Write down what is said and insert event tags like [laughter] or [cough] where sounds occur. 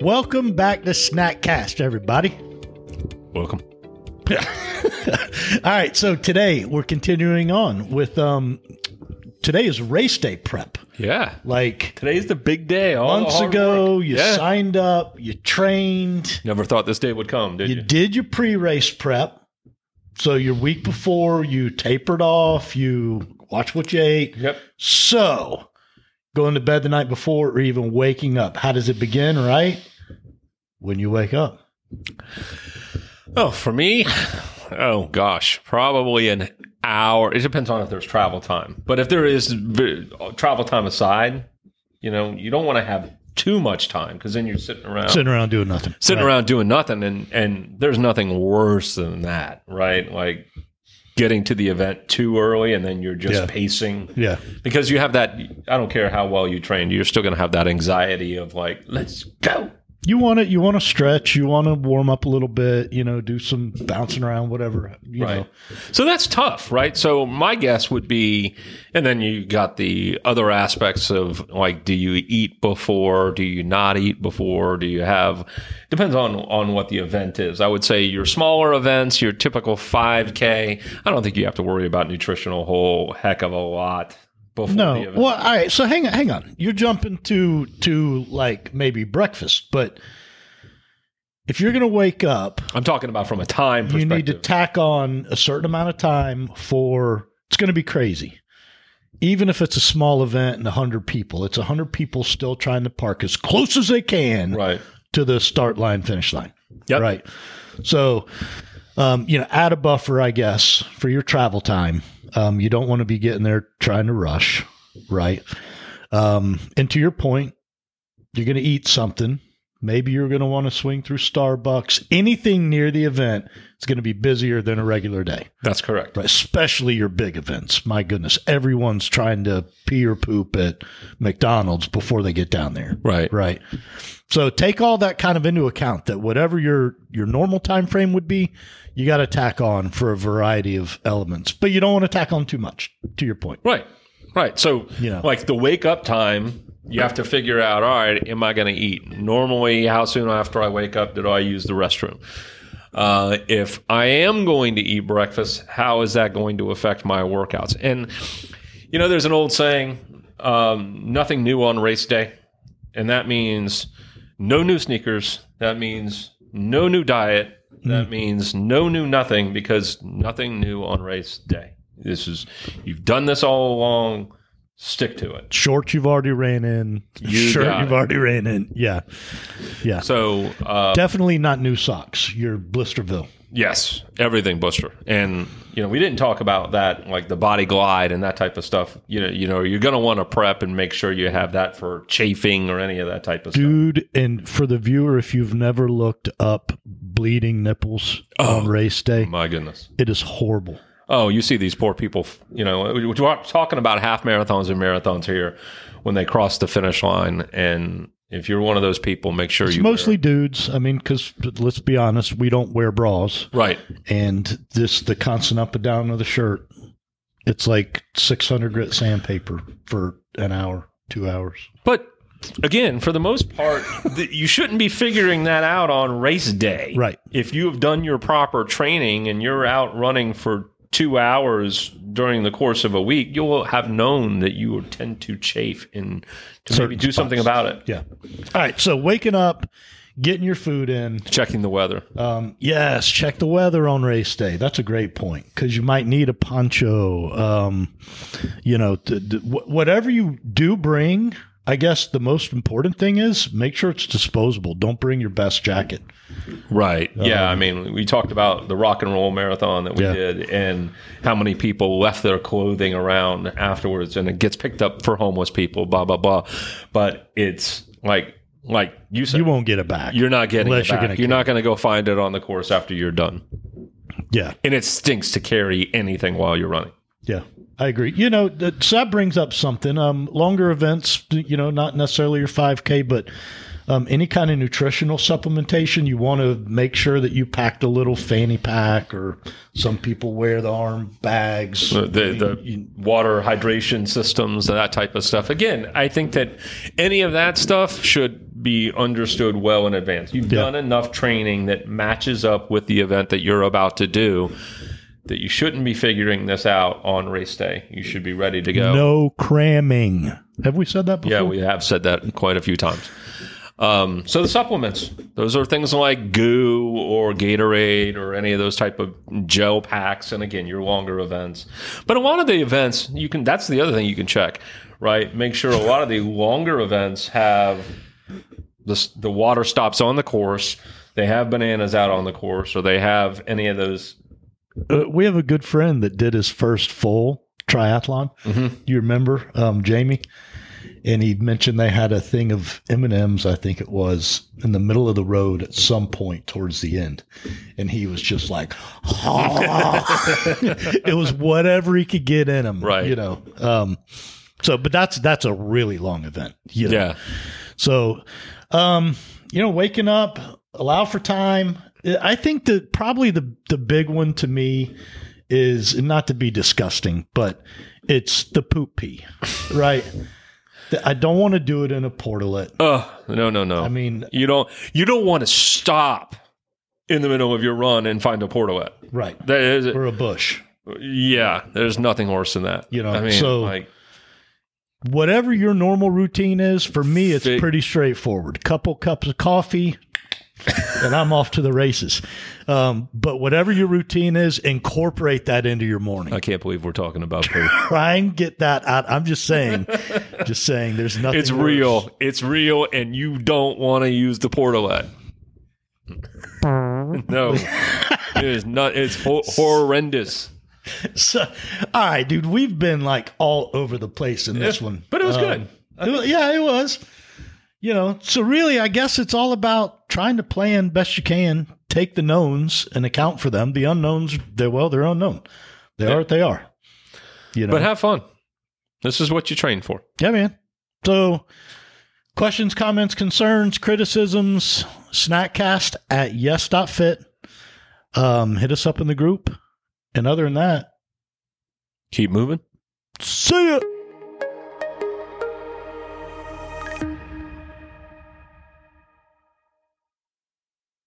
Welcome back to Snackcast, everybody. Welcome. All right, so today we're continuing on with um today is race day prep. Yeah. Like Today's the big day. All the months hard ago, work. you Yeah. signed up, you trained, Never thought this day would come, did you you? did your pre-race prep. So your week before, you tapered off, you watched what you ate. Yep. So going to bed the night before or even waking up, how does it begin, right? When you wake up. Oh, for me, oh gosh, probably an hour. It depends on if there's travel time. But if there is v- travel time aside, you know, you don't want to have too much time because then you're sitting around. Sitting around doing nothing. sitting Right. around doing nothing and and there's nothing worse than that right like getting to the event too early and then you're just Yeah. pacing Yeah. because you have that i don't care how well you train you're still going to have that anxiety of like let's go you want to you want to stretch you want to warm up a little bit you know do some bouncing around whatever you know so that's tough right so my guess would be and then you got the other aspects of like do you eat before do you not eat before do you have depends on on what the event is i would say your smaller events your typical 5k i don't think you have to worry about nutritional whole heck of a lot before the no event well all right so hang on hang on you're jumping to to like maybe breakfast but if you're gonna wake up i'm talking about from a time you perspective need to tack on a certain amount of time for it's gonna be crazy even if it's a small event and 100 people it's 100 people still trying to park as close as they can right to the start line finish line Yep. right so um, you know add a buffer i guess for your travel time um, you don't want to be getting there trying to rush right um, and to your point you're going to eat something maybe you're going to want to swing through starbucks anything near the event is going to be busier than a regular day that's correct right? especially your big events my goodness everyone's trying to pee or poop at mcdonald's before they get down there right Right. So take all that kind of into account that whatever your your normal time frame would be, you got to tack on for a variety of elements, but you don't want to tack on too much. To your point, Right. Right. So, You know. like the wake up time, you have to figure out all right, am I going to eat? Normally, how soon after I wake up did I use the restroom? Uh, if I am going to eat breakfast, how is that going to affect my workouts? And, you know, there's an old saying um, nothing new on race day. And that means no new sneakers. That means no new diet. That means no new nothing because nothing new on race day. This is you've done this all along. Stick to it. shorts you've already ran in, You shirt got you've it. already ran in. Yeah, yeah. So uh, Definitely not new socks. Your Blisterville. yes, everything Buster. And you know we didn't talk about that like the body glide and that type of stuff. You know you know you're gonna want to prep and make sure you have that for chafing or any of that type of stuff. Dude, and for the viewer, if you've never looked up bleeding nipples on race day, Oh, My goodness. it is horrible. Oh, you see these poor people, you know, uh, we're talking about half marathons and marathons here when they cross the finish line. And if you're one of those people, make sure you. wear- Mostly dudes. I mean, because let's be honest, we don't wear bras. Right. and this the constant up and down of the shirt it's like 600 grit sandpaper for an hour two hours But again, for the most part, [laughs] th- you shouldn't be figuring that out on race day. Right. If you have done your proper training and you're out running for two hours during the course of a week, you'll have known that you will tend to chafe and to maybe Certain do something spots. about it. yeah all right so waking up getting your food in Checking the weather. um, yes check the weather on race day that's a great point because you might need a poncho um, you know to, to- wh- whatever you do bring i guess the most important thing is make sure it's disposable don't bring your best jacket Right. Yeah. I mean, we talked about the rock and roll marathon that we Yeah. did and how many people left their clothing around afterwards and it gets picked up for homeless people, blah, blah, blah. But it's like, like you said, you you won't get it back are not getting it unless you're back. You're, gonna not going to go find it on the course after you're done. yeah And it stinks to carry anything while you're running. Yeah, I agree. You know, that, so that brings up something. Um, longer events, you know, not necessarily your 5K, but um, any kind of nutritional supplementation, you want to make sure that you packed a little fanny pack, or some people wear the arm bags. the, the the water hydration systems that type of stuff again i think that any of that stuff should be understood well in advance. You've Yeah. done enough training that matches up with the event that you're about to do that you shouldn't be figuring this out on race day. You should be ready to go. No cramming. Have we said that before? Yeah, we have said that quite a few times. Um, so the supplements, those are things like goo or Gatorade or any of those type of gel packs. And again, your longer events, but a lot of the events you can, that's the other thing you can check, right? Make sure a lot of the longer events have the, s- the water stops on the course. They have bananas out on the course or they have any of those. Uh, we have a good friend that did his first full triathlon. You remember um, Jamie? And he mentioned they had a thing of M and M's, I think it was, in the middle of the road at some point towards the end, and he was just like, [laughs] it was whatever he could get in him, Right. You know. Um, so, but that's that's a really long event. You know? So, um, you know, waking up, allow for time. I think that probably the the big one to me is not to be disgusting, but it's the poop pee, right? That I don't want to do it in a portalet. Oh, no, no, no. I mean, You don't you don't want to stop in the middle of your run and find a portolet. right, That is or a bush, yeah, there's nothing worse than that. You know, I mean so- like whatever your normal routine is. For me, it's Fi- pretty straightforward. Couple cups of coffee. and I'm off to the races. Um, but whatever your routine is, incorporate that into your morning. I can't believe we're talking about [laughs] poop. try and get that out. I'm just [laughs] saying, just saying. There's nothing. it's worse. real. It's real and you don't want to use the [laughs] portolet. no. it is not it's ho- horrendous. [laughs] So, all right, dude. We've been like all over the place in this one, But it was Um, good. it wa- yeah, it was. You know, so really, I guess it's all about trying to plan best you can. Take the knowns and account for them. The unknowns, they're well, they're unknown. They are what they are. You know, But have fun. This is what you train for. yeah, man. So, questions, comments, concerns, criticisms, snackcast at yes.fit. Um, hit us up in the group. And other than that, Keep moving. see ya.